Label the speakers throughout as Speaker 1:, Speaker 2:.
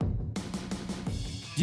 Speaker 1: Do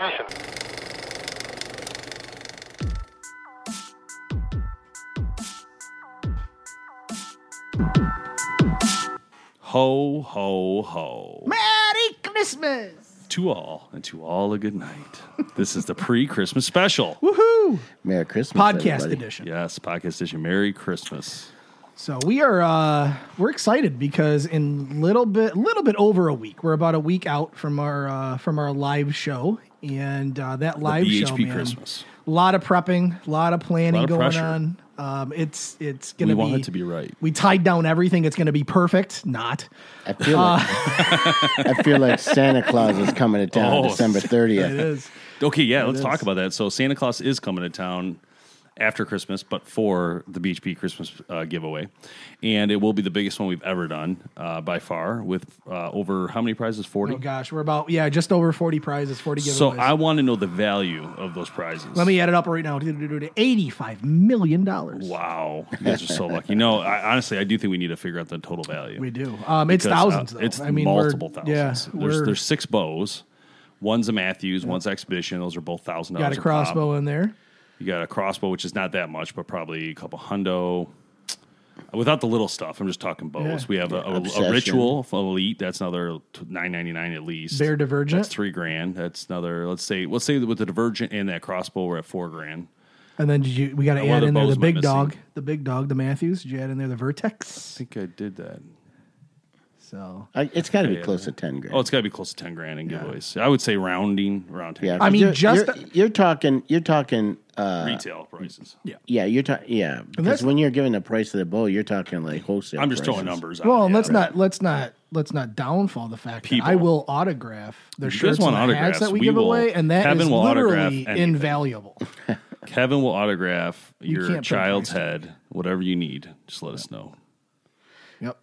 Speaker 2: Mission.
Speaker 3: Ho, ho, ho.
Speaker 4: Merry Christmas!
Speaker 3: To all, and to all a good night. This is the pre Christmas special.
Speaker 4: Woohoo!
Speaker 5: Merry Christmas.
Speaker 4: Podcast
Speaker 5: everybody.
Speaker 4: edition.
Speaker 3: Yes, podcast edition. Merry Christmas.
Speaker 4: So we are uh we're excited because in little bit little bit over a week. We're about a week out from our uh from our live show and uh that live
Speaker 3: the
Speaker 4: show
Speaker 3: BHP
Speaker 4: man,
Speaker 3: Christmas.
Speaker 4: A lot of prepping, a lot of planning
Speaker 3: Lot of
Speaker 4: going
Speaker 3: pressure.
Speaker 4: on. Um it's it's
Speaker 3: We
Speaker 4: gonna be
Speaker 3: want it to be right.
Speaker 4: we tied down everything. It's gonna be perfect. Not.
Speaker 5: I feel like I feel like Santa Claus is coming to town
Speaker 3: Oh.
Speaker 5: December
Speaker 4: It
Speaker 5: thirtieth.
Speaker 4: is.
Speaker 3: Okay, yeah, let's talk about that. So Santa Claus is coming to town after Christmas, but for the BHP Christmas uh, giveaway, and it will be the biggest one we've ever done uh, by far, with uh, over how many prizes? Forty.
Speaker 4: Oh gosh, we're about yeah, just over forty prizes, forty giveaways.
Speaker 3: so I want to know the value of those prizes.
Speaker 4: let me add it up right now. Eighty-five million dollars.
Speaker 3: Wow, you guys are so lucky. No, I, honestly, I do think we need to figure out the total value.
Speaker 4: We do. Um, it's
Speaker 3: Because, uh,
Speaker 4: thousands. though.
Speaker 3: It's
Speaker 4: I mean, we're-
Speaker 3: multiple thousands.
Speaker 4: Yeah,
Speaker 3: there's
Speaker 4: we're
Speaker 3: there's six bows. One's a Matthews, one's Expedition. Those are both thousand dollars.
Speaker 4: got a crossbow in there.
Speaker 3: You got a crossbow, which is not that much, but probably a couple hundo. Without the little stuff, I'm just talking bows.
Speaker 4: Yeah.
Speaker 3: We have a, a- a
Speaker 5: Obsession.
Speaker 3: ritual for elite. That's another nine ninety nine at least.
Speaker 4: Bear Divergent.
Speaker 3: That's three grand. That's another. Let's say let's say that with the divergent and that crossbow, we're at four grand.
Speaker 4: And then did you, we got to
Speaker 3: one of
Speaker 4: add
Speaker 3: the
Speaker 4: in there
Speaker 3: bows
Speaker 4: the
Speaker 3: am I
Speaker 4: big
Speaker 3: missing?
Speaker 4: dog, the big dog, the Matthews. Did you add in there the
Speaker 3: I
Speaker 4: Vertex?
Speaker 3: think I did that.
Speaker 4: So
Speaker 5: I, it's got to be close to ten grand.
Speaker 3: Oh, it's got to be close to ten grand in giveaways. I would say rounding around ten.
Speaker 5: yeah,
Speaker 4: I mean,
Speaker 5: you're-
Speaker 4: just-
Speaker 5: you're, you're talking. You're talking. Uh,
Speaker 3: retail prices. Yeah,
Speaker 5: yeah, you're talking. Yeah,
Speaker 4: that's-
Speaker 5: because when you're giving the price of the bowl, you're talking like wholesale.
Speaker 3: I'm just throwing
Speaker 5: prices.
Speaker 3: numbers. out.
Speaker 4: well, and
Speaker 3: Oh, Yeah.
Speaker 4: let's not let's not let's not downfall the fact
Speaker 3: People.
Speaker 4: that I will autograph the
Speaker 3: you guys
Speaker 4: shirts
Speaker 3: want
Speaker 4: and the hats
Speaker 3: autographs,
Speaker 4: that we,
Speaker 3: we
Speaker 4: give
Speaker 3: will-
Speaker 4: away, and that
Speaker 3: Kevin
Speaker 4: is
Speaker 3: will autograph
Speaker 4: literally
Speaker 3: anything.
Speaker 4: invaluable.
Speaker 3: Kevin will autograph your
Speaker 4: can't put
Speaker 3: child's
Speaker 4: price
Speaker 3: head, whatever you need. Just let us know.
Speaker 4: Yep,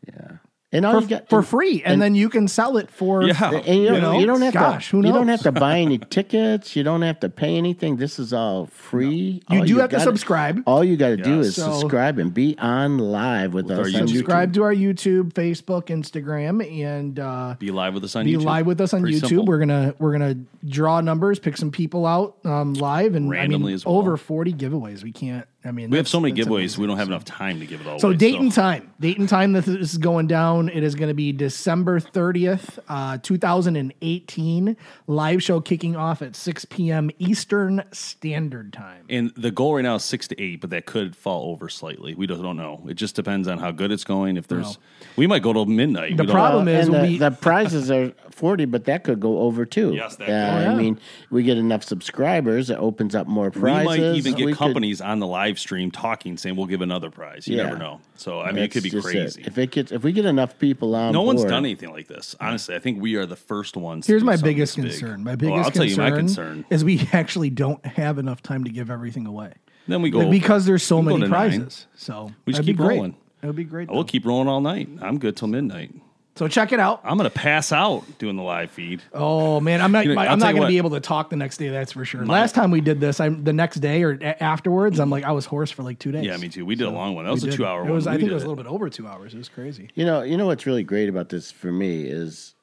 Speaker 5: and all
Speaker 4: for,
Speaker 5: you got
Speaker 4: Oh, for free, and, then you can sell it for
Speaker 3: Yeah.
Speaker 5: And you,
Speaker 4: You
Speaker 5: don't,
Speaker 4: know?
Speaker 5: you don't have
Speaker 4: Gosh,
Speaker 5: to.
Speaker 4: who
Speaker 5: You don't
Speaker 4: knows?
Speaker 5: have to buy any tickets. You don't have to pay anything. This is all free.
Speaker 4: You
Speaker 5: All
Speaker 4: do have to
Speaker 5: gotta-
Speaker 4: subscribe.
Speaker 5: All you got to do
Speaker 3: Yes.
Speaker 5: is
Speaker 4: So-
Speaker 5: subscribe and be on live with,
Speaker 3: With our
Speaker 5: us.
Speaker 3: YouTube.
Speaker 5: on YouTube.
Speaker 4: subscribe to our YouTube, Facebook, Instagram, and uh,
Speaker 3: Be live with us on
Speaker 4: be
Speaker 3: YouTube.
Speaker 4: live with us on
Speaker 3: Pretty
Speaker 4: YouTube.
Speaker 3: simple.
Speaker 4: We're gonna we're gonna draw numbers, pick some people out um, live, and I
Speaker 3: Randomly
Speaker 4: mean
Speaker 3: as well.
Speaker 4: over forty giveaways. We can't. I mean,
Speaker 3: we have
Speaker 4: that's-
Speaker 3: so many
Speaker 4: that's
Speaker 3: giveaways.
Speaker 4: amazing.
Speaker 3: We don't have enough time to give it all.
Speaker 4: So
Speaker 3: away,
Speaker 4: date and time, date and time that this is going down. It is going to be December thirtieth, uh, two thousand and eighteen. Live show kicking off at six p.m. Eastern Standard Time.
Speaker 3: And the goal right now is six to eight, but that could fall over slightly. We don't, don't know. It just depends on how good it's going. If there's, we might go to midnight.
Speaker 4: The
Speaker 3: we don't-
Speaker 4: problem
Speaker 5: Well,
Speaker 4: is
Speaker 5: and
Speaker 4: when
Speaker 5: the,
Speaker 4: we-
Speaker 5: the prizes are 40 but that could go over too
Speaker 3: Yes, that
Speaker 5: Uh,
Speaker 3: could.
Speaker 4: Oh, yeah.
Speaker 5: i mean we get enough subscribers it opens up more
Speaker 3: we
Speaker 5: prizes
Speaker 3: might even get
Speaker 5: We could-
Speaker 3: companies on the live stream talking, saying we'll give another prize. You
Speaker 5: Yeah.
Speaker 3: never know. So I mean, it could
Speaker 5: that's
Speaker 3: be
Speaker 5: just
Speaker 3: crazy.
Speaker 5: if it gets if we get enough people on
Speaker 3: no one's
Speaker 5: board-
Speaker 3: done anything like this. Honestly, I think we are the first ones. to
Speaker 4: Here's
Speaker 3: do
Speaker 4: my
Speaker 3: something
Speaker 4: biggest
Speaker 3: this big.
Speaker 4: concern. My
Speaker 3: Well,
Speaker 4: biggest
Speaker 3: I'll tell you
Speaker 4: concern,
Speaker 3: my concern.
Speaker 4: is we actually don't have enough time to give everything away.
Speaker 3: Then we go
Speaker 4: because there's so
Speaker 3: we go
Speaker 4: many
Speaker 3: to nine.
Speaker 4: prizes. So
Speaker 3: We just
Speaker 4: that'd be
Speaker 3: keep
Speaker 4: great.
Speaker 3: rolling.
Speaker 4: It would be great.
Speaker 3: We'll
Speaker 4: though.
Speaker 3: keep rolling all night. I'm good till midnight.
Speaker 4: So check it out.
Speaker 3: I'm gonna pass out doing the live feed.
Speaker 4: Oh man, I'm not.
Speaker 3: You know,
Speaker 4: my-
Speaker 3: I'll
Speaker 4: I'm
Speaker 3: tell
Speaker 4: not
Speaker 3: you
Speaker 4: going to
Speaker 3: what.
Speaker 4: be able to talk the next day. That's for sure. Last time we did this, I'm the next day or a- afterwards. I'm like, I was hoarse for like two days.
Speaker 3: Yeah, me too. We did a long one. That
Speaker 4: We
Speaker 3: was a
Speaker 4: did.
Speaker 3: two hour
Speaker 4: It
Speaker 3: one.
Speaker 4: was. I
Speaker 3: We
Speaker 4: think
Speaker 3: did
Speaker 4: it was a little bit over two hours. It was crazy.
Speaker 5: You know, you know what's really great about this for me is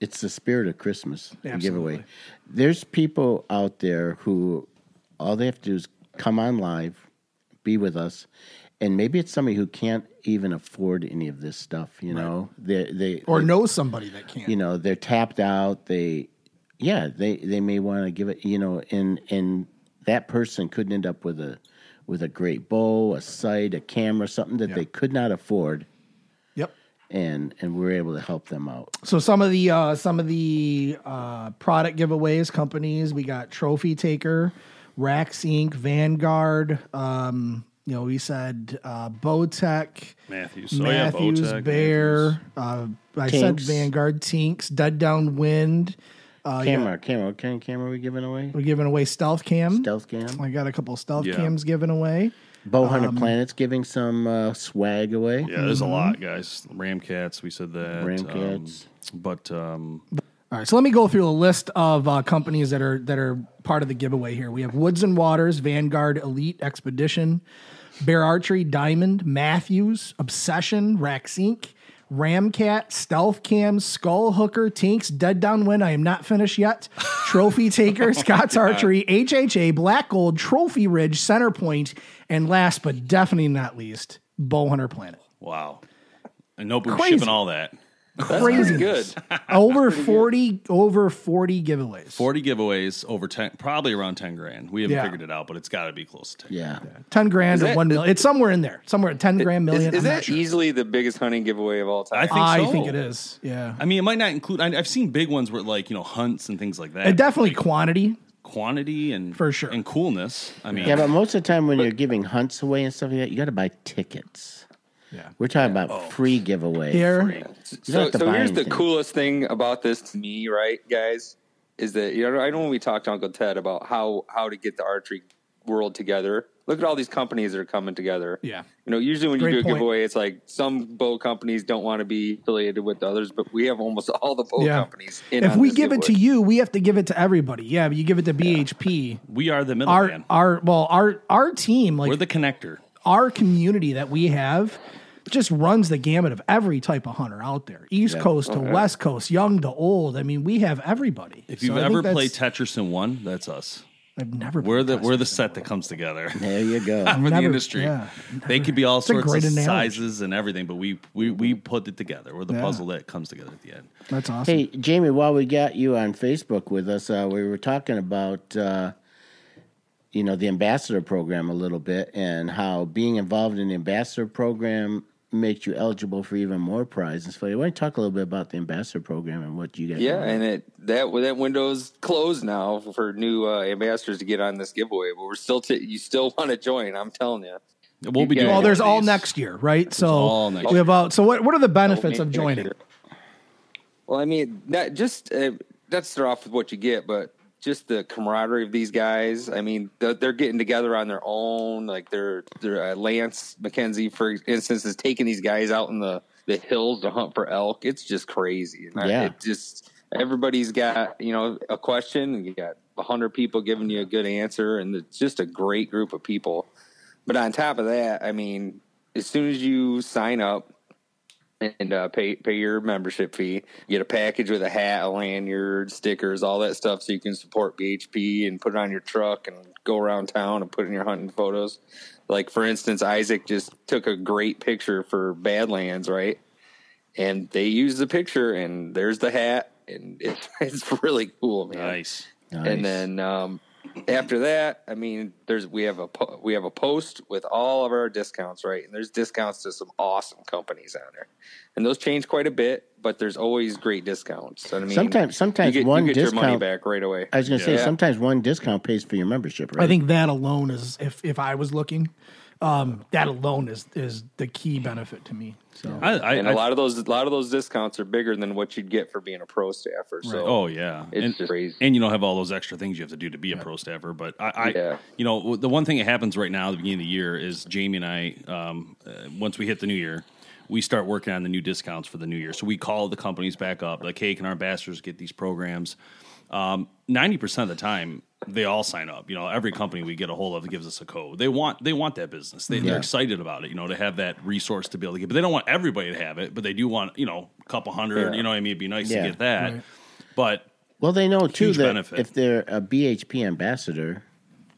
Speaker 5: it's the spirit of Christmas the giveaway.
Speaker 4: Absolutely.
Speaker 5: There's people out there who all they have to do is come on live, be with us, and maybe it's somebody who can't even afford any of this stuff. You know, they they
Speaker 4: Or know somebody that can't.
Speaker 5: you know they're tapped out they yeah they they may want to give it you know and and that person could end up with a with a great bow a sight a camera something that they could not afford
Speaker 4: Yep.
Speaker 5: and and we're able to help them out
Speaker 4: So some of the uh, some of the uh, product giveaways companies we got Trophy Taker, Rax Inc, Vanguard. Um, you know, we said uh, Bowtech,
Speaker 3: Matthews. So, yeah,
Speaker 4: Matthews,
Speaker 3: Bowtech,
Speaker 4: Bear. Uh, I said
Speaker 5: Tinks.
Speaker 4: Vanguard, Tinks, Dead Down Wind. Uh,
Speaker 5: camera camera what kind of camera are we giving away
Speaker 4: We're giving away Stealth Cam.
Speaker 5: stealth cam
Speaker 4: I got a couple stealth
Speaker 3: Yeah.
Speaker 4: cams given away.
Speaker 5: bow
Speaker 4: um,
Speaker 5: hunter planets giving some uh, swag away
Speaker 3: Yeah, there's a
Speaker 4: Mm-hmm.
Speaker 3: lot, guys. Ramcats, we said that.
Speaker 5: Ramcats.
Speaker 3: Um, but um,
Speaker 4: All right, so let me go through a list of uh, companies that are that are part of the giveaway here. We have Woods and Waters, Vanguard, Elite, Expedition, Bear Archery, Diamond, Matthews, Obsession, Rax Inc., Ramcat, Stealth Cam, Skull Hooker, Tinks, Dead Downwind. I am not finished yet. Trophy Taker, Scott's Archery, HHA, Black Gold, Trophy Ridge, Center Point, and last but definitely not least, Bowhunter Planet.
Speaker 3: wow. And nope, we were
Speaker 4: Crazy.
Speaker 3: shipping all that.
Speaker 4: Crazy
Speaker 6: Good.
Speaker 4: over 40 over 40 giveaways
Speaker 3: 40 giveaways over 10, probably around 10 grand. We haven't
Speaker 4: Yeah.
Speaker 3: figured it out, but it's got to be close to 10.
Speaker 5: yeah
Speaker 4: 10 grand
Speaker 6: Is
Speaker 4: or
Speaker 6: that-
Speaker 4: 1 million it's somewhere in there somewhere at 10 grand
Speaker 6: Is,
Speaker 4: million
Speaker 6: is
Speaker 4: I'm
Speaker 6: that
Speaker 4: not sure.
Speaker 6: easily the biggest hunting giveaway of all
Speaker 3: I
Speaker 6: time?
Speaker 3: think
Speaker 4: i
Speaker 3: so.
Speaker 4: think it is yeah
Speaker 3: I mean, it might not include, I, I've seen big ones where like, you know, hunts and things like that.
Speaker 4: and definitely quantity
Speaker 3: Quantity and
Speaker 4: For sure.
Speaker 3: and coolness. I mean,
Speaker 5: yeah but most of the time when you're giving hunts away and stuff like that you got to buy tickets
Speaker 4: Yeah.
Speaker 5: we're talking about free giveaway
Speaker 4: here
Speaker 5: You don't
Speaker 6: So,
Speaker 5: have to
Speaker 6: so
Speaker 5: buy
Speaker 6: here's the
Speaker 5: anything.
Speaker 6: coolest thing about this to me, right, guys, is that you know I know when we talked to Uncle Ted about how how to get the archery world together. Look at all these companies that are coming together.
Speaker 4: Yeah.
Speaker 6: You know, usually when
Speaker 4: Great
Speaker 6: you do a
Speaker 4: point.
Speaker 6: giveaway, it's like some bow companies don't want to be affiliated with the others, but we have almost all the bow
Speaker 4: Yeah.
Speaker 6: companies. In
Speaker 4: if
Speaker 6: on
Speaker 4: we
Speaker 6: this
Speaker 4: give it to
Speaker 6: giveaway.
Speaker 4: you we have to give it to everybody yeah but you give it to bhp
Speaker 3: we are the
Speaker 4: our
Speaker 3: middleman.
Speaker 4: our well our our team like
Speaker 3: We're the connector.
Speaker 4: our community that we have just runs the gamut of every type of hunter out there east coast to west coast young to old i mean we have everybody
Speaker 3: If
Speaker 4: So
Speaker 3: you've
Speaker 4: I think
Speaker 3: ever
Speaker 4: that's-
Speaker 3: played Tetris in one, that's us.
Speaker 4: i've never
Speaker 3: We're the
Speaker 4: played
Speaker 3: we're the set that comes together.
Speaker 5: there you go
Speaker 3: for
Speaker 4: Never-
Speaker 3: the industry.
Speaker 4: yeah,
Speaker 3: they could be all
Speaker 4: a
Speaker 3: sorts
Speaker 4: great
Speaker 3: of
Speaker 4: analogy.
Speaker 3: sizes and everything, but we we we put it together. We're the
Speaker 4: Yeah.
Speaker 3: puzzle that comes together at the end.
Speaker 4: that's awesome
Speaker 5: Hey, Jamie, while we got you on Facebook with us, uh, we were talking about, uh, you know, the ambassador program a little bit and how being involved in the ambassador program makes you eligible for even more prizes. So, you want to talk a little bit about the ambassador program and what you guys
Speaker 6: Yeah,
Speaker 5: do?
Speaker 6: and it that that window's closed now for new uh, ambassadors to get on this giveaway, but we're still t- you still want to join. I'm telling you.
Speaker 3: We'll be
Speaker 6: Yeah.
Speaker 3: doing
Speaker 6: Well,
Speaker 4: Well, there's
Speaker 3: more
Speaker 4: all
Speaker 3: of these.
Speaker 4: next year, right? So
Speaker 3: all next
Speaker 4: we have all, so what, what are the benefits
Speaker 6: Well,
Speaker 4: of
Speaker 6: me-
Speaker 4: joining?
Speaker 6: Well, I mean, not just uh, not to start off with what you get, but just the camaraderie of these guys. I mean, they're, they're getting together on their own. Like they're, they're uh, Lance McKenzie, for instance, is taking these guys out in the the hills to hunt for elk. It's just crazy. And I-
Speaker 5: Yeah.
Speaker 6: uh, it just everybody's got you know a question. and You got hundred people giving you a good answer, and it's just a great group of people. But on top of that, I mean, as soon as you sign up, and uh, pay pay your membership fee. Get a package with a hat, a lanyard, uh, stickers, all that stuff, so you can support BHP and put it on your truck and go around town and put in your hunting photos. Like for instance, Isaac just took a great picture for Badlands, right? And they used the picture, and there's the hat, and it, it's really cool, man.
Speaker 3: Nice.
Speaker 5: Nice.
Speaker 6: And then um, after that, I mean, there's we have a po- we have a post with all of our discounts, right? And there's discounts to some awesome companies on there, and those change quite a bit, but there's always great discounts. And I mean,
Speaker 5: Sometimes- sometimes
Speaker 6: you get,
Speaker 5: one
Speaker 6: you get your money
Speaker 5: discount-
Speaker 6: back right away.
Speaker 5: I was going to say,
Speaker 6: Yeah.
Speaker 5: sometimes one discount pays for your membership, right?
Speaker 4: I think that alone is, if, if I was looking, um, that alone is, is the key benefit to me. So
Speaker 3: I, I,
Speaker 6: and
Speaker 3: I-
Speaker 6: a lot of those a lot of those discounts are bigger than what you'd get for being a pro staffer. So
Speaker 3: Oh yeah,
Speaker 6: It's
Speaker 3: and,
Speaker 6: just crazy.
Speaker 3: And you don't have all those extra things you have to do to be a pro staffer. But I, I
Speaker 6: Yeah.
Speaker 3: you know, w- the one thing that happens right now, at the beginning of the year, is Jamie and I. Um, uh, once we hit the new year, we start working on the new discounts for the new year. So we call the companies back up, like, hey, can our ambassadors get these programs? Ninety percent of the time, they all sign up. You know, every company we get a hold of gives us a code. They want they want that business. They, They're
Speaker 5: Yeah.
Speaker 3: excited about it. You know, to have that resource to be able to get, but they don't want everybody to have it. But they do want you know a couple hundred.
Speaker 6: Yeah.
Speaker 3: You know, what I mean, it'd be nice
Speaker 5: Yeah.
Speaker 3: to get that. But
Speaker 5: Well, they know too
Speaker 3: Huge
Speaker 5: that
Speaker 3: benefit.
Speaker 5: if they're a BHP ambassador,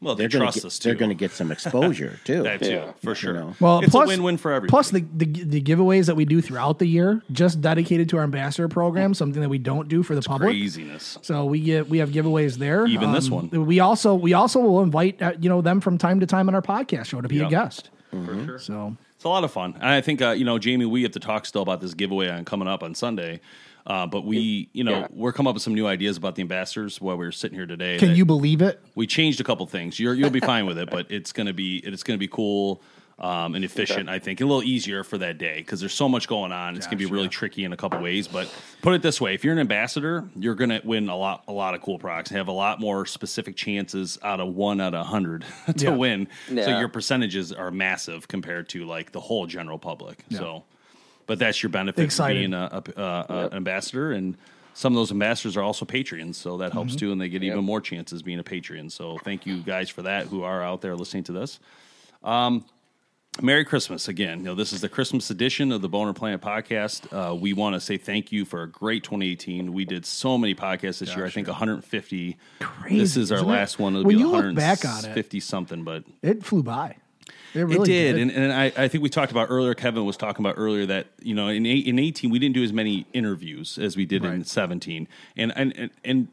Speaker 3: well, they
Speaker 5: they're going
Speaker 3: trust
Speaker 5: to
Speaker 3: us
Speaker 5: get,
Speaker 3: too.
Speaker 5: they're going to get some exposure too.
Speaker 3: that too
Speaker 6: Yeah.
Speaker 3: for sure.
Speaker 5: know.
Speaker 4: Well,
Speaker 3: it's
Speaker 4: plus,
Speaker 3: a win-win for everybody.
Speaker 4: Plus, the, the the giveaways that we do throughout the year, just dedicated to our ambassador program, something that we don't do for the public.
Speaker 3: craziness.
Speaker 4: So we get we have giveaways there. Um,
Speaker 3: Even this one.
Speaker 4: We also we also will invite uh, you know them from time to time on our podcast show to be a
Speaker 3: Yeah.
Speaker 4: guest.
Speaker 5: Mm-hmm.
Speaker 3: For sure.
Speaker 4: So
Speaker 3: It's a lot of fun. And I think, uh, you know, Jamie, we have to talk still about this giveaway on coming up on Sunday. Uh, but we, you know,
Speaker 6: Yeah.
Speaker 3: we're coming up with some new ideas about the ambassadors while we were sitting here today.
Speaker 4: can
Speaker 3: that
Speaker 4: you believe it?
Speaker 3: We changed a couple things. You're, you'll be fine with it, but it's gonna be it's gonna be cool um, and efficient. I think a little easier for that day because there's so much going on. It's gonna be really tricky in a couple ways. But put it this way: if you're an ambassador, you're gonna win a lot a lot of cool products and have a lot more specific chances out of one out of hundred to
Speaker 4: Yeah.
Speaker 3: win. So
Speaker 6: Yeah.
Speaker 3: your percentages are massive compared to like the whole general public. So, but that's your benefit of
Speaker 4: Excited.
Speaker 3: being a, a, a, a- an ambassador and. Some of those ambassadors are also Patreons, so that
Speaker 4: Mm-hmm.
Speaker 3: helps too, and they get even more chances being a Patreon. So thank you guys for that who are out there listening to this. Um, Merry Christmas again. You know, this is the Christmas edition of the Boner Planet podcast. Uh, we want to say thank you for a great 2018. We did so many podcasts this year. I think 150.
Speaker 4: Crazy,
Speaker 3: this is our
Speaker 4: isn't it?
Speaker 3: last one. It'll
Speaker 4: When
Speaker 3: be
Speaker 4: you
Speaker 3: the
Speaker 4: look back on it-
Speaker 3: 150 something, but
Speaker 4: It flew by. It
Speaker 3: it
Speaker 4: really
Speaker 3: did, and, and I, I think we talked about earlier. Kevin was talking about earlier that you know in eight, in eighteen we didn't do as many interviews as we did in seventeen, and and and. and it-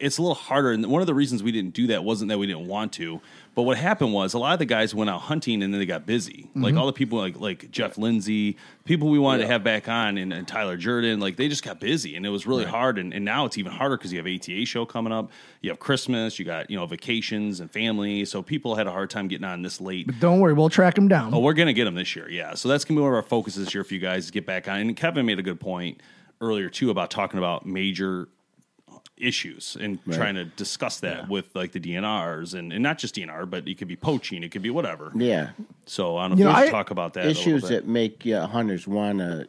Speaker 3: it's a little harder, and one of the reasons we didn't do that wasn't that we didn't want to, but what happened was a lot of the guys went out hunting and then they got busy. Like all the people, like like Jeff Lindsay, people we wanted to have back on, and, and Tyler Jordan, like they just got busy, and it was really hard. And, and now it's even harder because you have ATA show coming up, you have Christmas, you got you know vacations and family, so people had a hard time getting on this late.
Speaker 4: Don't worry, we'll track him down.
Speaker 3: Oh, we're gonna get them this year, yeah. So that's gonna be one of our focuses this year for you guys to get back on. And Kevin made a good point earlier too about talking about major uh, issues and trying to discuss that with like the DNRs and, and not just DNR, but it could be poaching, it could be whatever.
Speaker 5: yeah,
Speaker 3: So I don't
Speaker 4: You
Speaker 3: know
Speaker 4: know,
Speaker 3: if we
Speaker 4: I-
Speaker 3: should talk about that. a little
Speaker 5: issues
Speaker 3: bit.
Speaker 5: that make yeah, hunters want to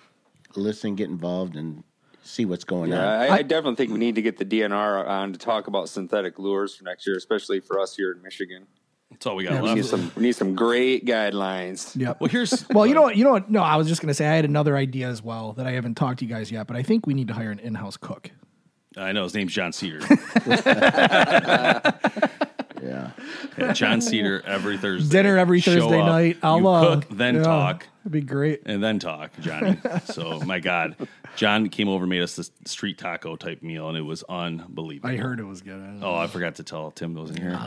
Speaker 5: listen, get involved, and see what's going
Speaker 6: Yeah,
Speaker 5: on.
Speaker 6: I, I definitely think we need to get the DNR on to talk about synthetic lures for next year, especially for us here in Michigan.
Speaker 3: that's all we got
Speaker 6: We need
Speaker 3: left.
Speaker 6: some, we need some great guidelines.
Speaker 4: Yep.
Speaker 3: Well here's
Speaker 4: Well, you know what? You know what? No, I was just going to say I had another idea as well that I haven't talked to you guys yet, but I think we need to hire an in-house cook.
Speaker 3: I know his name's John Cedar.
Speaker 5: Yeah,
Speaker 3: Yeah, John Cedar every Thursday.
Speaker 4: Dinner every
Speaker 3: Show
Speaker 4: Thursday
Speaker 3: up,
Speaker 4: night. I'll
Speaker 3: you
Speaker 4: uh,
Speaker 3: cook, then
Speaker 4: yeah,
Speaker 3: talk.
Speaker 4: That'd be great.
Speaker 3: and then talk, Johnny. so my God, John came over, and made us this street taco type meal, and it was unbelievable.
Speaker 4: I heard it was Ah. good.
Speaker 3: Oh, I forgot to tell Tim those in here.
Speaker 6: Damn,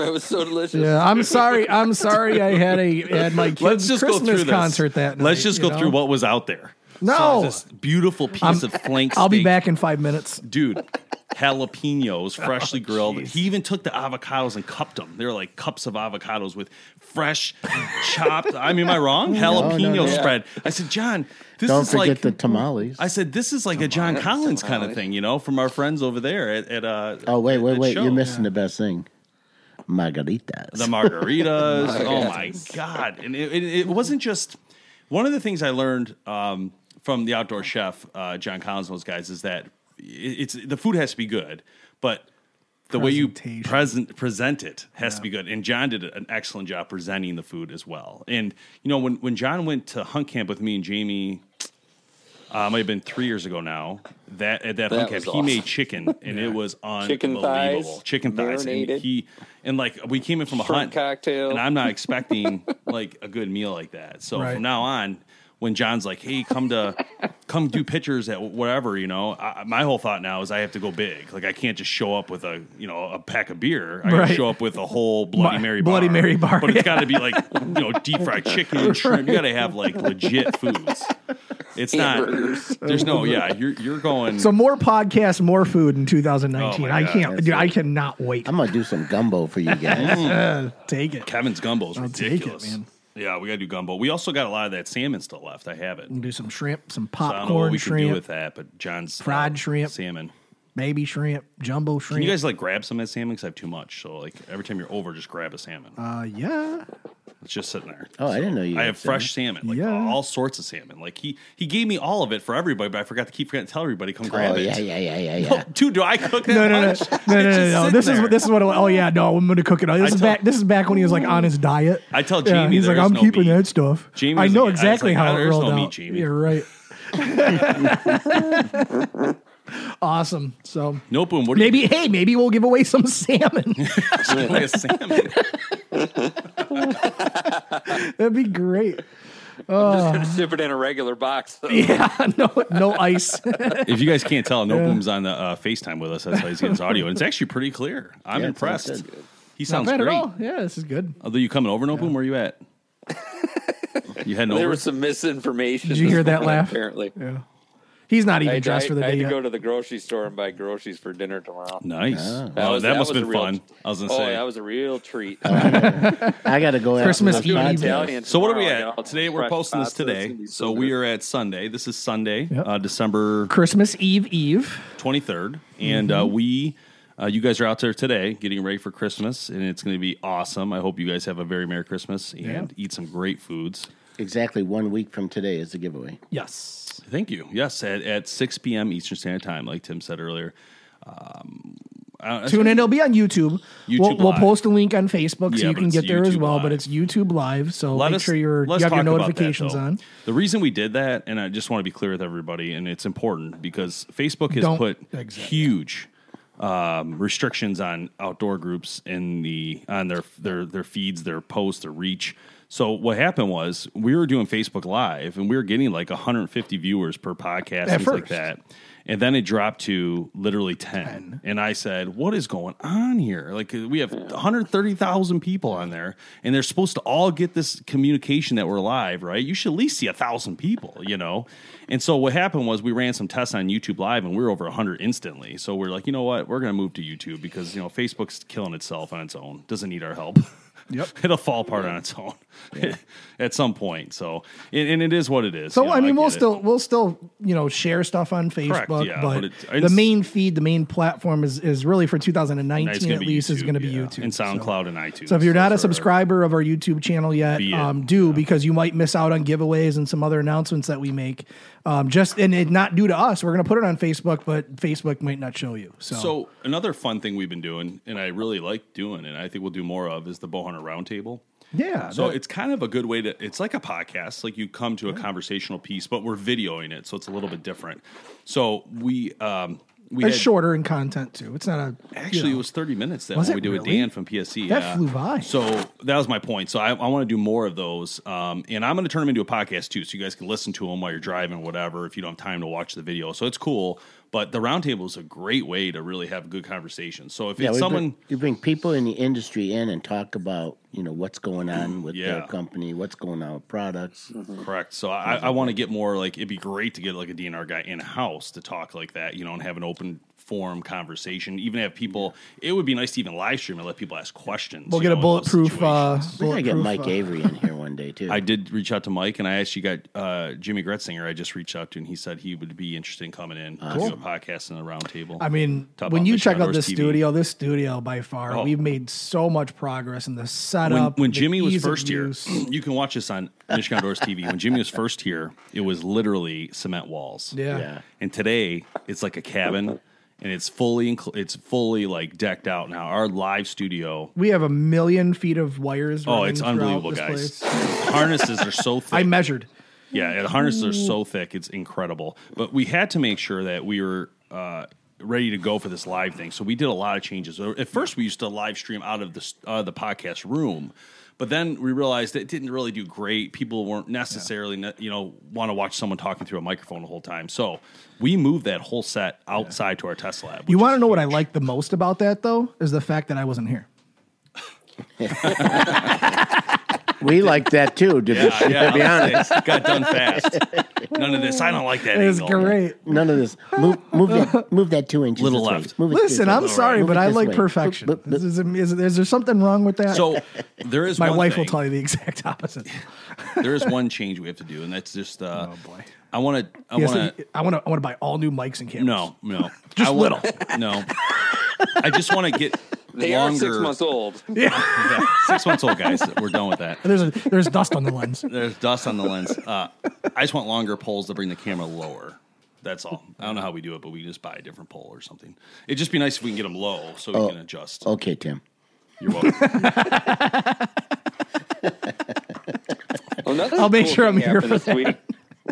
Speaker 6: it was so delicious.
Speaker 4: Yeah, I'm sorry. I'm sorry. I had a had my kids
Speaker 3: Let's just
Speaker 4: Christmas
Speaker 3: go through this.
Speaker 4: concert that night.
Speaker 3: Let's just go
Speaker 4: you know?
Speaker 3: through what was out there.
Speaker 4: No.
Speaker 3: this beautiful piece of flank.
Speaker 4: I'll be
Speaker 3: steak.
Speaker 4: back Oh, in five minutes.
Speaker 3: dude. Jalapenos, freshly grilled. He even took the avocados and cupped them. They're like cups of avocados with fresh, chopped. I mean, am I wrong? Jalapeno
Speaker 5: no.
Speaker 3: spread. I said, John, this
Speaker 5: don't
Speaker 3: is
Speaker 5: forget
Speaker 3: like
Speaker 5: the tamales.
Speaker 3: I said, this is like a John Collins kind of thing, you know, from our friends over there at, at uh,
Speaker 5: oh wait, wait,
Speaker 3: that
Speaker 5: wait!
Speaker 3: show.
Speaker 5: You're missing the best thing, margaritas.
Speaker 3: the margaritas. oh my God. And it, it, it wasn't just one of the things I learned um, from the outdoor chef, uh, John Collins, and those guys, is that it- it's the food has to be good, but the way you
Speaker 4: Presentation.
Speaker 3: present present it has to be good. And John did an excellent job presenting the food as well. And you know, when when John went to hunt camp with me and Jamie, uh, might have been three years ago now. That at that, hunt camp,
Speaker 6: was
Speaker 3: he
Speaker 6: awesome.
Speaker 3: made chicken, and it was
Speaker 6: Chicken
Speaker 3: unbelievable.
Speaker 6: thighs,
Speaker 3: Chicken thighs, and
Speaker 6: marinated.
Speaker 3: he and like we came in from a
Speaker 6: Shrimp
Speaker 3: hunt
Speaker 6: cocktail.
Speaker 3: and I'm not expecting like a good meal like that. So
Speaker 4: Right.
Speaker 3: from now on, when John's like, "Hey, come to come do pictures at whatever," you know, I, my whole thought now is I have to go big. Like I can't just show up with a you know a pack of beer. I got
Speaker 4: Right.
Speaker 3: to show up with a whole Bloody
Speaker 4: Mar-
Speaker 3: Mary bar.
Speaker 4: Bloody Mary bar,
Speaker 3: but it's got to be like you know deep fried chicken and shrimp. You got to have like legit foods. It's not.
Speaker 6: Hamburgers.
Speaker 3: There's no. Yeah, you're you're going.
Speaker 4: So more podcasts, more food in 2019.
Speaker 3: Oh my
Speaker 4: I
Speaker 3: God,
Speaker 4: can't. Dude, I cannot wait.
Speaker 5: I'm gonna do some gumbo for you
Speaker 3: Mm,
Speaker 5: guys.
Speaker 4: Take it.
Speaker 3: Kevin's gumbo is
Speaker 4: take it,
Speaker 3: ridiculous.
Speaker 4: man.
Speaker 3: Yeah, we got to do gumbo. We also got a lot of that salmon still left. I have it.
Speaker 4: Do some shrimp, some
Speaker 3: I don't know what
Speaker 4: popcorn
Speaker 3: we can do
Speaker 4: shrimp,
Speaker 3: with that, but John's uh,
Speaker 4: Fried shrimp.
Speaker 3: salmon.
Speaker 4: baby shrimp, jumbo shrimp.
Speaker 3: Can you guys like grab some of that salmon? Because I have too much. So like every time you're over, just grab a salmon.
Speaker 4: uh, yeah.
Speaker 3: It's just sitting there.
Speaker 5: Oh, I didn't know you
Speaker 3: I
Speaker 5: had
Speaker 3: have fresh salmon, like
Speaker 4: Yeah.
Speaker 3: all sorts of salmon. Like he he gave me all of it for everybody, but I forgot to keep forgetting to tell everybody come grab
Speaker 5: oh
Speaker 3: it.
Speaker 5: yeah, yeah, yeah, yeah, yeah.
Speaker 3: Dude, do I cook that
Speaker 4: No, no, no,
Speaker 3: much?
Speaker 4: no, no,
Speaker 3: It's
Speaker 4: no,
Speaker 3: just
Speaker 4: no.
Speaker 3: sitting
Speaker 4: This is
Speaker 3: there.
Speaker 4: this is what. Oh yeah, no, I'm going to cook it. This is
Speaker 3: tell-
Speaker 4: back. This is back when he was like on his diet.
Speaker 3: I tell
Speaker 4: Yeah,
Speaker 3: Jamie
Speaker 4: he's
Speaker 3: there
Speaker 4: like,
Speaker 3: is
Speaker 4: I'm
Speaker 3: no
Speaker 4: keeping
Speaker 3: meat."
Speaker 4: that stuff.
Speaker 3: Jamie
Speaker 4: I
Speaker 3: was
Speaker 4: know
Speaker 3: like- I was
Speaker 4: exactly
Speaker 3: like,
Speaker 4: how
Speaker 3: "Oh,
Speaker 4: it
Speaker 3: there's
Speaker 4: rolled
Speaker 3: no
Speaker 4: out.
Speaker 3: meat, Jamie."
Speaker 4: You're right. awesome. So
Speaker 3: Nope, boom. What
Speaker 4: maybe, hey, maybe we'll give away some salmon.
Speaker 3: do you a salmon?
Speaker 4: That'd be great.
Speaker 6: Just gonna ship it in a regular box. though.
Speaker 4: Yeah, no, no ice.
Speaker 3: if you guys can't tell, No Boom's on the uh, FaceTime with us. That's why he's getting his audio. And it's actually pretty clear. I'm
Speaker 5: Yeah, it sounds
Speaker 3: impressed.
Speaker 5: good.
Speaker 3: He
Speaker 4: Not
Speaker 3: sounds
Speaker 4: bad
Speaker 3: great.
Speaker 4: at all. Yeah, this is good.
Speaker 3: Although you coming over, No Boom? Where you at? You heading
Speaker 6: There
Speaker 3: over?
Speaker 6: was some misinformation.
Speaker 4: Did you
Speaker 6: this
Speaker 4: hear that
Speaker 6: morning,
Speaker 4: laugh?
Speaker 6: Apparently,
Speaker 4: He's not
Speaker 6: I
Speaker 4: even
Speaker 6: had, to, I,
Speaker 4: dressed for the
Speaker 6: I had
Speaker 4: day
Speaker 6: to
Speaker 4: yet.
Speaker 6: go to the grocery store and buy groceries for dinner tomorrow.
Speaker 3: nice.
Speaker 6: That
Speaker 3: Oh,
Speaker 6: was-
Speaker 3: that,
Speaker 6: that
Speaker 3: must
Speaker 6: was
Speaker 3: have
Speaker 6: a
Speaker 3: been
Speaker 6: real-
Speaker 3: fun. I was gonna
Speaker 6: Oh,
Speaker 3: say.
Speaker 6: that was a real treat.
Speaker 5: I got to go.
Speaker 4: Christmas
Speaker 5: out
Speaker 4: Eve.
Speaker 5: Eve.
Speaker 6: Italian
Speaker 3: So what are we
Speaker 6: tomorrow. I got all
Speaker 3: at
Speaker 6: the
Speaker 3: today? We're
Speaker 6: fresh
Speaker 3: posting this
Speaker 6: pasta. It's
Speaker 3: today.
Speaker 6: gonna be
Speaker 3: So
Speaker 6: good.
Speaker 3: we are at Sunday. This is Sunday,
Speaker 4: Yep.
Speaker 3: uh, December
Speaker 4: Christmas Eve Eve.
Speaker 3: twenty third, and
Speaker 4: Mm-hmm.
Speaker 3: uh, we, uh, you guys are out there today getting ready for Christmas, and it's going to be awesome. I hope you guys have a very merry Christmas and eat some great foods.
Speaker 5: Exactly one week from today is the giveaway.
Speaker 4: Yes.
Speaker 3: Thank you. Yes, at, at six p.m. Eastern Standard Time, like Tim said earlier. Um, I-
Speaker 4: Tune in. It'll be on YouTube.
Speaker 3: YouTube
Speaker 4: we'll, we'll
Speaker 3: Live.
Speaker 4: post a link on Facebook so
Speaker 3: Yeah,
Speaker 4: you
Speaker 3: but
Speaker 4: can
Speaker 3: it's
Speaker 4: get there as
Speaker 3: YouTube
Speaker 4: well.
Speaker 3: Live.
Speaker 4: But it's YouTube Live, so
Speaker 3: Let
Speaker 4: make
Speaker 3: us-
Speaker 4: sure you're, you
Speaker 3: let's
Speaker 4: have your
Speaker 3: talk about that,
Speaker 4: notifications
Speaker 3: though.
Speaker 4: on.
Speaker 3: The reason we did that, and I just want to be clear with everybody, and it's important because Facebook has
Speaker 4: Don't-
Speaker 3: put
Speaker 4: Exactly.
Speaker 3: huge um, restrictions on outdoor groups in the on their their their feeds, their posts, their reach. So what happened was we were doing Facebook Live, and we were getting like 150 viewers per podcast,
Speaker 4: At
Speaker 3: things like
Speaker 4: first.
Speaker 3: that. And then it dropped to literally 10. And I said, What is going on here? Like, we have 130,000 people on there, and they're supposed to all get this communication that we're live, right? You should at least see 1,000 people, you know? And so what happened was we ran some tests on YouTube Live, and we were over 100 instantly. So we're like, You know what? We're going to move to YouTube because, you know, Facebook's killing itself on its own, doesn't need our help. Yep. It'll fall apart on its own at some point. So, and, and it is what it is.
Speaker 4: So
Speaker 3: you know,
Speaker 4: I mean, we'll
Speaker 3: get it.
Speaker 4: still we'll still you know share stuff on Facebook,
Speaker 3: yeah,
Speaker 4: but,
Speaker 3: but it- it's-
Speaker 4: the main feed, the main platform is is really for
Speaker 3: And it's
Speaker 4: 2019
Speaker 3: gonna
Speaker 4: at
Speaker 3: be
Speaker 4: least is
Speaker 3: YouTube,
Speaker 4: going to be
Speaker 3: yeah,
Speaker 4: YouTube
Speaker 3: and
Speaker 4: so.
Speaker 3: SoundCloud and iTunes.
Speaker 4: So if you're not a
Speaker 3: Those are-
Speaker 4: subscriber of our YouTube channel yet,
Speaker 3: Be it.
Speaker 4: um, do because you might miss out on giveaways and some other announcements that we make. Um, just and it not due to us. We're going to put it on Facebook, but Facebook might not show you. So,
Speaker 3: So another fun thing we've been doing, and I really like doing, and I think we'll do more of, is the Bowhunter Roundtable.
Speaker 4: yeah,
Speaker 3: So
Speaker 4: that-
Speaker 3: it's kind of a good way to. It's like a podcast. Like you come to a conversational piece, but we're videoing it, so it's a little bit different. So we um we
Speaker 4: it's
Speaker 3: had-
Speaker 4: shorter in content too. It's not a
Speaker 3: Actually, it
Speaker 4: you know.
Speaker 3: was 30 minutes that
Speaker 4: Was
Speaker 3: one
Speaker 4: it
Speaker 3: we did with
Speaker 4: really?
Speaker 3: Dan from PSC.
Speaker 4: That
Speaker 3: yeah.
Speaker 4: flew by.
Speaker 3: So that was my point. So I, I want to do more of those. Um, and I'm going to turn them into a podcast too. So you guys can listen to them while you're driving, whatever, if you don't have time to watch the video. So it's cool. But the roundtable is a great way to really have good conversation. So if
Speaker 5: Yeah,
Speaker 3: it's
Speaker 5: we
Speaker 3: someone.
Speaker 5: bring, you bring people in the industry in and talk about you know what's going on with
Speaker 3: Yeah.
Speaker 5: their company, what's going on with products.
Speaker 3: Correct. So I, I want to get more like it'd be great to get like a DNR guy in house to talk like that, you know, and have an open forum conversation. Even have people. It would be nice to even live stream and let people ask questions.
Speaker 4: we'll
Speaker 3: you
Speaker 4: get a
Speaker 3: know, in those
Speaker 4: bulletproof. Uh,
Speaker 3: situations.
Speaker 5: We're gonna get
Speaker 4: bulletproof,
Speaker 5: Mike
Speaker 4: uh,
Speaker 5: Avery in here one day too.
Speaker 3: I did reach out to Mike, and I actually got uh, Jimmy Gretzinger. I just reached out to, and he said he would be interested in coming in to do a podcast and a roundtable.
Speaker 4: I mean,
Speaker 3: Talk
Speaker 4: when
Speaker 3: about
Speaker 4: you
Speaker 3: Mission
Speaker 4: check out
Speaker 3: Outdoors
Speaker 4: this
Speaker 3: TV.
Speaker 4: studio, this studio by far,
Speaker 3: Oh.
Speaker 4: we've made so much progress in the
Speaker 3: when,
Speaker 4: setup.
Speaker 3: when
Speaker 4: the
Speaker 3: Jimmy was
Speaker 4: ease of
Speaker 3: first here,
Speaker 4: use.
Speaker 3: you can watch this on Michigan Outdoors TV. When Jimmy was first here, it was literally cement walls.
Speaker 4: yeah.
Speaker 5: Yeah.
Speaker 3: And today, it's like a cabin, and it's fully incl- it's fully like decked out now. Our live studio.
Speaker 4: we have a million feet of wires.
Speaker 3: Oh,
Speaker 4: running
Speaker 3: it's
Speaker 4: throughout
Speaker 3: unbelievable,
Speaker 4: this
Speaker 3: guys!
Speaker 4: place.
Speaker 3: Harnesses are so thick.
Speaker 4: I measured.
Speaker 3: Yeah, the harnesses are so thick, it's incredible. But we had to make sure that we were uh, ready to go for this live thing, so we did a lot of changes. At first, we used to live stream out of the s- uh, the podcast room, but then we realized that it didn't really do great. People weren't necessarily, ne- you know, want to watch someone talking through a microphone the whole time. So we moved that whole set outside to our test lab.
Speaker 4: You
Speaker 3: which
Speaker 4: want to
Speaker 3: is
Speaker 4: know what I
Speaker 3: huge.
Speaker 4: like the most about that though is the fact that I wasn't here.
Speaker 5: we like that too. To
Speaker 3: Yeah,
Speaker 5: be,
Speaker 3: yeah,
Speaker 5: to be
Speaker 3: I'll say
Speaker 5: honest,
Speaker 3: it got done fast. None of this. I don't like that.
Speaker 4: It was
Speaker 3: angle.
Speaker 4: great.
Speaker 5: none of this. Move, move that, move that two inches.
Speaker 3: Little
Speaker 5: this way.
Speaker 3: left.
Speaker 5: Move it this
Speaker 4: Listen,
Speaker 5: way.
Speaker 4: I'm sorry,
Speaker 5: Move
Speaker 4: but
Speaker 5: it
Speaker 4: I
Speaker 5: this
Speaker 4: like
Speaker 5: way.
Speaker 4: perfection.
Speaker 5: Boop, boop, boop.
Speaker 4: Is, is, is there something wrong with that?
Speaker 3: So there is
Speaker 4: my
Speaker 3: one
Speaker 4: wife will
Speaker 3: thing-
Speaker 4: tell you the exact opposite.
Speaker 3: there is one change we have to do, and that's just. Uh,
Speaker 4: Oh, boy.
Speaker 3: I want to. I
Speaker 4: Yes,
Speaker 3: want to.
Speaker 4: I want to. I want to buy all new mics and cameras.
Speaker 3: No, no.
Speaker 4: Just
Speaker 3: I
Speaker 4: little.
Speaker 3: No, I just want to get.
Speaker 6: They are six
Speaker 3: longer-
Speaker 6: months old.
Speaker 3: Yeah, six months old guys. We're done with that.
Speaker 4: And there's a, there's dust on the lens.
Speaker 3: There's dust on the lens. Uh, I just want longer poles to bring the camera lower. That's all. I don't know how we do it, but we just buy a different pole or something. It'd just be nice if we can get them low so we can adjust.
Speaker 5: Okay, Tim.
Speaker 3: You're welcome.
Speaker 6: Another
Speaker 4: I'll make
Speaker 6: cool
Speaker 4: sure I'm
Speaker 6: thing
Speaker 4: here
Speaker 6: happened this
Speaker 4: for that.
Speaker 6: week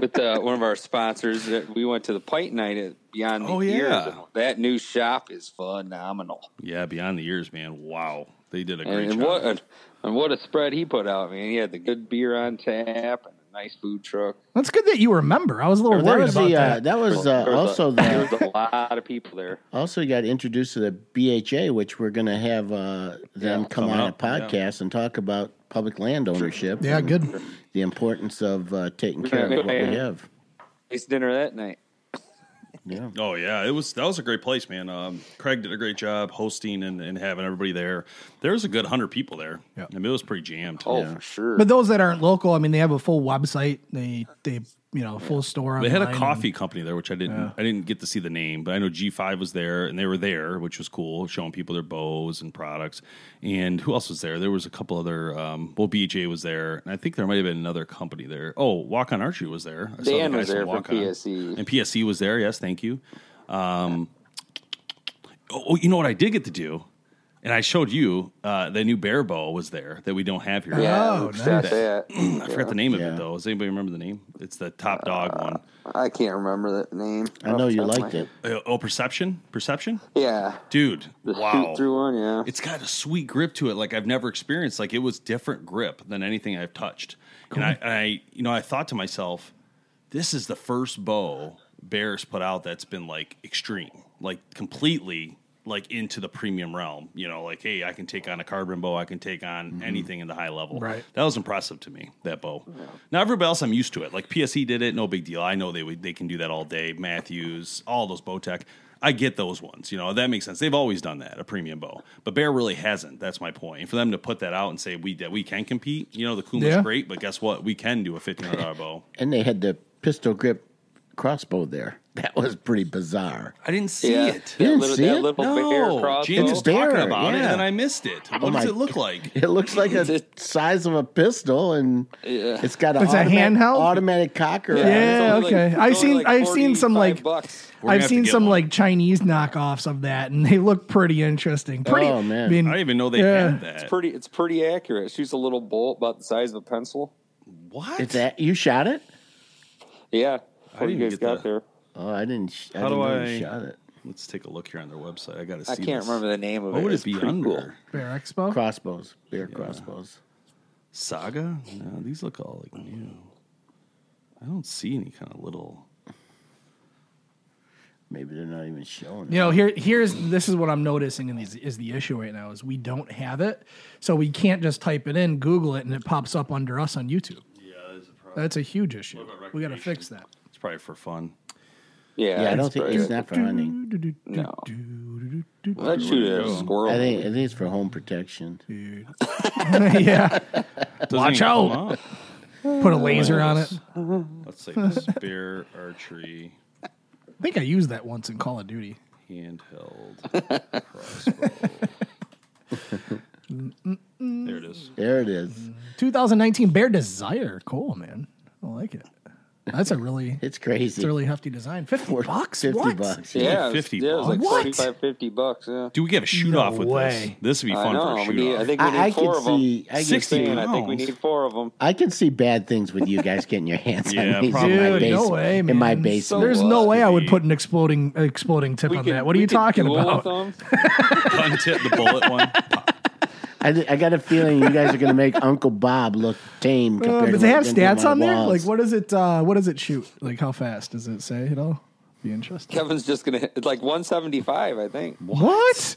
Speaker 6: with uh, one of our sponsors. that We went to the Pint Night at Beyond the
Speaker 3: Oh,
Speaker 6: Ear.
Speaker 3: yeah.
Speaker 6: That new shop is phenomenal.
Speaker 3: yeah, beyond the ears, man. Wow, they did a great
Speaker 6: And, and
Speaker 3: job.
Speaker 6: what a, and what a spread he put out, man. He had the good beer on tap and a nice food truck.
Speaker 4: That's good that you remember. I was a little
Speaker 5: that
Speaker 4: worried
Speaker 5: was
Speaker 4: about
Speaker 5: the uh,
Speaker 4: that.
Speaker 5: that was uh,
Speaker 6: There was
Speaker 5: also
Speaker 6: a, there
Speaker 5: the
Speaker 6: was a lot of people there.
Speaker 5: also you got introduced to the BHA, which we're going to have uh, them come
Speaker 3: coming
Speaker 5: on
Speaker 3: up,
Speaker 5: a podcast and talk about public land ownership.
Speaker 4: yeah,
Speaker 5: and
Speaker 4: good.
Speaker 5: The importance of uh, taking
Speaker 6: We're
Speaker 5: care
Speaker 6: gonna
Speaker 5: of what
Speaker 6: go
Speaker 5: we
Speaker 6: ahead.
Speaker 5: have.
Speaker 6: Nice dinner that night.
Speaker 5: Yeah.
Speaker 3: Oh yeah, it was that was a great place, man. Um, Craig did a great job hosting and, and having everybody there. There was a good hundred people there.
Speaker 4: Yeah.
Speaker 3: I mean, it was pretty jammed.
Speaker 6: Oh, for sure.
Speaker 4: But those that aren't local, I mean, they have a full website. They they you know full store.
Speaker 3: They had a
Speaker 4: online
Speaker 3: coffee
Speaker 4: and-
Speaker 3: company there, which I didn't I didn't get to see the name, but I know G five was there and they were there, which was cool, showing people their bows and products. And who else was there? There was a couple other um well BJ was there, and I think there might have been another company there. Oh, Walk on Archery was there. I saw the
Speaker 6: Dan
Speaker 3: guys
Speaker 6: was
Speaker 3: from
Speaker 6: there for E.
Speaker 3: Walk On.
Speaker 6: PSE.
Speaker 3: And PSE was there, yes, thank you. Um Oh, you know what I did get to do? And I showed you uh, the new bear bow was there that we don't have here.
Speaker 6: Yeah,
Speaker 4: Oh,
Speaker 6: we shot
Speaker 4: nice.
Speaker 6: that.
Speaker 3: I forgot the name of
Speaker 5: Yeah.
Speaker 3: it though. Does anybody remember the name? It's the top
Speaker 6: Uh,
Speaker 3: dog one.
Speaker 6: I can't remember that name.
Speaker 5: I know you liked it.
Speaker 3: Uh, oh, perception, perception,
Speaker 6: Yeah.
Speaker 3: dude!
Speaker 6: The
Speaker 3: wow,
Speaker 6: shoot through one, yeah.
Speaker 3: it's got a sweet grip to it, like I've never experienced. Like it was different grip than anything I've touched. And I, I, you know, I thought to myself, this is the first bow Bears put out that's been like extreme, like completely like into the premium realm. You know, like hey, I can take on a carbon bow, I can take on
Speaker 6: Mm-hmm.
Speaker 3: anything in the high level.
Speaker 4: Right.
Speaker 3: That was impressive to me. That bow. Now everybody else, I'm used to it. Like PSE did it, no big deal. I know they would- they can do that all day. Matthews, all those Bowtech. I get those ones. You know that makes sense. They've always done that, a premium bow. But Bear really hasn't. That's my point. And for them to put that out and say we that we can compete. You know the Kuma's
Speaker 4: Yeah.
Speaker 3: great, but guess what? We can do a fifteen hundred dollar bow.
Speaker 5: And they had the pistol grip crossbow there. That was pretty bizarre.
Speaker 3: I didn't see
Speaker 6: yeah.
Speaker 3: it.
Speaker 5: You
Speaker 6: That
Speaker 5: didn't
Speaker 6: little,
Speaker 5: see
Speaker 6: that
Speaker 5: it?
Speaker 6: little bear
Speaker 3: No,
Speaker 6: crossbow.
Speaker 3: James was talking
Speaker 5: Bear,
Speaker 3: about it,
Speaker 5: yeah.
Speaker 3: and then I missed it.
Speaker 4: Oh
Speaker 3: What does
Speaker 5: my-
Speaker 3: it look like?
Speaker 5: It looks like a size of a pistol, and it's got a,
Speaker 4: It's a handheld?
Speaker 5: automatic cocker. on it.
Speaker 4: Yeah,
Speaker 6: It's only
Speaker 4: okay.
Speaker 6: it's
Speaker 4: I've
Speaker 6: only
Speaker 4: seen- I've seen
Speaker 6: 45
Speaker 4: some, like-
Speaker 6: bucks.
Speaker 3: We're gonna
Speaker 4: I've
Speaker 3: have to
Speaker 4: seen
Speaker 3: get
Speaker 4: some
Speaker 3: one.
Speaker 4: like Chinese knockoffs of that, and they look pretty interesting. Pretty,
Speaker 5: Oh, man.
Speaker 4: I mean,
Speaker 3: I didn't even know they
Speaker 4: Yeah.
Speaker 3: had that.
Speaker 6: It's pretty. It's pretty accurate. It shoots a little bolt about the size of a pencil.
Speaker 3: what?
Speaker 5: It's that you shot it?
Speaker 6: Yeah, what
Speaker 3: didn't
Speaker 6: you guys
Speaker 3: get
Speaker 6: got
Speaker 3: that.
Speaker 6: there?
Speaker 5: Oh, I didn't. Sh- I
Speaker 3: How
Speaker 5: didn't
Speaker 3: do
Speaker 5: know
Speaker 3: I-
Speaker 5: you shot it.
Speaker 3: Let's take a look here on their website. I got to see.
Speaker 6: I can't
Speaker 3: this.
Speaker 6: remember the name of it.
Speaker 3: What would
Speaker 6: It's
Speaker 3: it be
Speaker 6: pretty
Speaker 3: under?
Speaker 6: cool.
Speaker 4: Bear Expo.
Speaker 5: Crossbows, bear crossbows.
Speaker 3: Saga? No, these look all like new. I don't see any kind of little.
Speaker 5: Maybe they're not even showing.
Speaker 4: You know, here here's this is what I'm noticing in these is the issue right now is we don't have it, so we can't just type it in, Google it, and it pops up under us on YouTube.
Speaker 3: Yeah, it's probably
Speaker 4: That's a huge issue.
Speaker 3: about
Speaker 4: We got to
Speaker 3: recreation?
Speaker 4: fix that.
Speaker 3: it's probably for fun.
Speaker 6: Yeah,
Speaker 5: it. Yeah, I
Speaker 6: it's
Speaker 5: don't think
Speaker 6: pretty
Speaker 5: it's
Speaker 6: good.
Speaker 5: not for hunting.
Speaker 6: No. Let's shoot at a squirrel.
Speaker 5: I think I think it's for home protection.
Speaker 4: yeah,
Speaker 3: Doesn't
Speaker 4: Watch
Speaker 3: even come up.
Speaker 4: put a laser on it. I
Speaker 3: Let's say spear archery
Speaker 4: think I used that once in Call of Duty.
Speaker 3: handheld crossbow. there it is.
Speaker 5: There it is.
Speaker 4: 2019 Bear Desire. Cool, man. I like it. That's a really
Speaker 5: It's crazy.
Speaker 4: it's a really hefty design. 50 bucks?
Speaker 5: 50
Speaker 4: What?
Speaker 5: bucks.
Speaker 6: Yeah, it was-
Speaker 3: 50
Speaker 6: yeah, it was like
Speaker 4: bucks. What?
Speaker 6: 45, 50 bucks. Yeah,
Speaker 3: Do we have a shoot off with
Speaker 4: way.
Speaker 3: this? This would be
Speaker 6: I
Speaker 3: fun
Speaker 6: know.
Speaker 3: for a
Speaker 6: we
Speaker 3: shoot
Speaker 6: need, I
Speaker 3: off.
Speaker 6: think we need
Speaker 5: I, I
Speaker 6: four
Speaker 5: can
Speaker 6: of them.
Speaker 5: see. I can
Speaker 3: 60
Speaker 5: see.
Speaker 6: I think we
Speaker 3: pounds.
Speaker 6: need four of them.
Speaker 5: I can see bad things with you guys getting your hands
Speaker 3: Yeah,
Speaker 5: on these in my
Speaker 3: probably.
Speaker 4: Dude,
Speaker 5: basement.
Speaker 4: no way, man.
Speaker 5: In my
Speaker 6: So
Speaker 5: basement.
Speaker 4: There's
Speaker 6: Well,
Speaker 4: no way I would
Speaker 3: be-
Speaker 4: put an exploding exploding tip
Speaker 6: We
Speaker 4: on
Speaker 6: could-
Speaker 4: that. What are
Speaker 6: we
Speaker 4: you
Speaker 6: could
Speaker 4: talking
Speaker 6: duel
Speaker 4: about?
Speaker 6: with 'em.
Speaker 3: Gun tip the bullet one.
Speaker 5: I, th- I got a feeling you guys are going to make Uncle Bob look tame.
Speaker 4: Uh,
Speaker 5: Compared to
Speaker 4: but they
Speaker 5: what
Speaker 4: have
Speaker 5: he's been doing
Speaker 4: stats on there.
Speaker 5: walls.
Speaker 4: Like, what does it? Uh, what does it shoot? Like, how fast does it say? You know, be interesting.
Speaker 6: Kevin's just gonna hit like one seventy five. I think.
Speaker 4: What?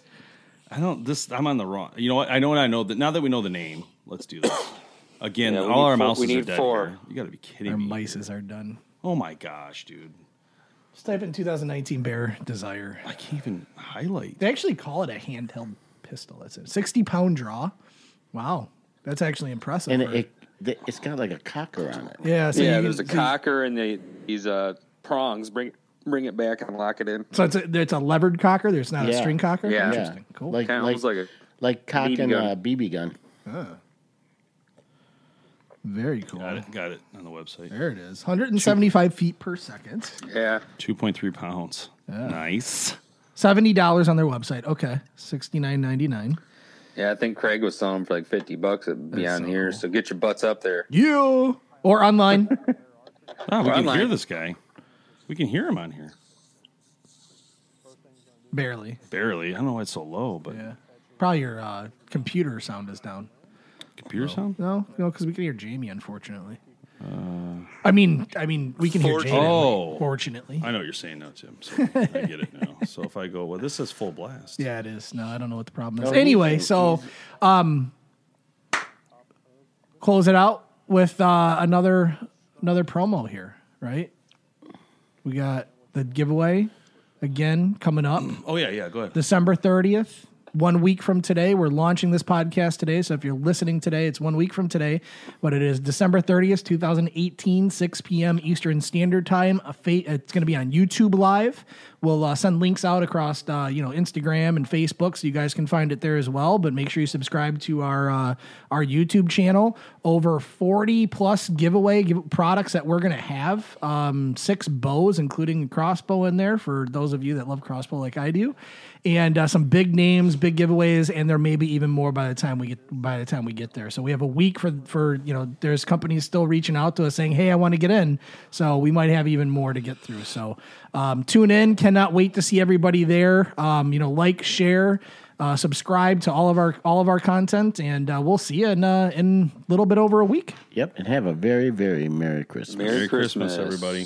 Speaker 3: I don't. This I'm on the wrong. You know what? I know what I know. That now that we know the name, let's do this again.
Speaker 6: Yeah, we
Speaker 3: all
Speaker 6: need four-
Speaker 3: our mouses
Speaker 6: we
Speaker 3: are
Speaker 6: need
Speaker 3: dead.
Speaker 6: four.
Speaker 3: here. You got to be kidding
Speaker 4: Our
Speaker 3: me!
Speaker 4: mices are done.
Speaker 3: Oh my gosh, dude!
Speaker 4: Just type in 2019 Bear Desire.
Speaker 3: I can't even highlight.
Speaker 4: They actually call it a handheld pistol. That's it. 60 pound draw. Wow, that's actually impressive.
Speaker 5: And
Speaker 4: for-
Speaker 5: it, it, th- it's got like a cocker on it.
Speaker 4: yeah, so
Speaker 6: yeah,
Speaker 4: you-
Speaker 6: there's a
Speaker 4: so you-
Speaker 6: cocker and they, these uh, prongs. Bring bring it back and lock it in.
Speaker 4: So it's a, it's a levered cocker. There's not a
Speaker 5: Yeah.
Speaker 4: string cocker.
Speaker 6: Yeah.
Speaker 4: Interesting. Cool.
Speaker 5: Like
Speaker 6: Kind of
Speaker 5: like,
Speaker 6: almost like a
Speaker 5: like cock
Speaker 6: BB
Speaker 5: and
Speaker 6: gun.
Speaker 5: a BB gun.
Speaker 4: Very cool.
Speaker 3: Got it. Got it on the website.
Speaker 4: There it is. 175 feet per second.
Speaker 6: yeah.
Speaker 3: Two point three pounds. Nice.
Speaker 4: Seventy dollars on their website. Okay, sixty nine ninety nine.
Speaker 6: Yeah, I think Craig was selling them for like fifty bucks at Beyond
Speaker 4: so
Speaker 6: Here. So get your butts up there.
Speaker 4: You or online.
Speaker 3: Wow, Ah,
Speaker 6: Well,
Speaker 3: we can
Speaker 6: I'm
Speaker 3: hear
Speaker 6: like-
Speaker 3: this guy. We can hear him on here.
Speaker 4: Barely.
Speaker 3: Barely. I don't know why it's so low, but
Speaker 4: Yeah. Probably your uh, computer sound is down.
Speaker 3: computer sound.
Speaker 4: No, no, because we can hear Jamie. Unfortunately. I mean, I mean, we can hear Jamie.
Speaker 3: Oh.
Speaker 4: Fortunately.
Speaker 3: I know what you're saying now, Tim. So I get it now. So if I go, well, this is full blast.
Speaker 4: Yeah, it is. No, I don't know what the problem is.
Speaker 5: No,
Speaker 4: anyway,
Speaker 5: he's-
Speaker 4: so um, close it out with uh, another another promo here, right? We got the giveaway again coming up.
Speaker 3: Oh yeah, yeah. Go ahead.
Speaker 4: December 30th, one week from today. We're launching this podcast today. So if you're listening today, it's one week from today. But it is December 30th, 2018, 6 p.m. Eastern Standard Time. A fa- it's going to be on YouTube Live. We'll uh, send links out across, uh, you know, Instagram and Facebook, so you guys can find it there as well. But make sure you subscribe to our uh, our YouTube channel. Over 40 plus giveaway give- products that we're going to have. Um, six bows, including a crossbow in there for those of you that love crossbow like I do and uh, some big names, big giveaways, and there may be even more by the time we get by the time we get there. So we have a week for for you know there's companies still reaching out to us saying, hey, I want to get in. So we might have even more to get through. So um, tune in. Cannot wait to see everybody there. Um, you know, like, share, uh, subscribe to all of our all of our content, and uh, we'll see you in uh, in a little bit over a week.
Speaker 5: Yep, and have a very very merry Christmas.
Speaker 6: Merry,
Speaker 3: Merry Christmas,
Speaker 6: Christmas,
Speaker 3: everybody.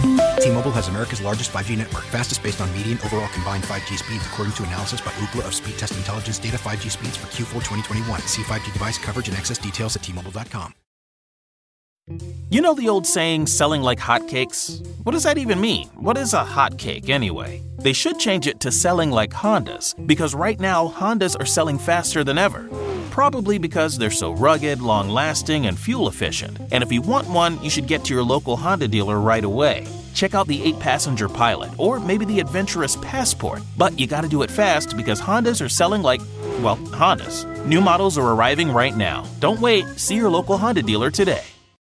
Speaker 7: T-Mobile has America's largest 5G network, fastest based on median overall combined 5G speeds, according to analysis by Ookla of Speed Test Intelligence data 5G speeds for Q4 2021. See 5G device coverage and access details at T-Mobile.com.
Speaker 8: You know the old saying, selling like hotcakes? What does that even mean? What is a hotcake anyway? They should change it to selling like Hondas, because right now, Hondas are selling faster than ever. Probably because they're so rugged, long lasting, and fuel efficient. And if you want one, you should get to your local Honda dealer right away. Check out the 8 passenger Pilot, or maybe the adventurous Passport. But you gotta do it fast because Hondas are selling like, well, Hondas. New models are arriving right now. Don't wait, see your local Honda dealer today.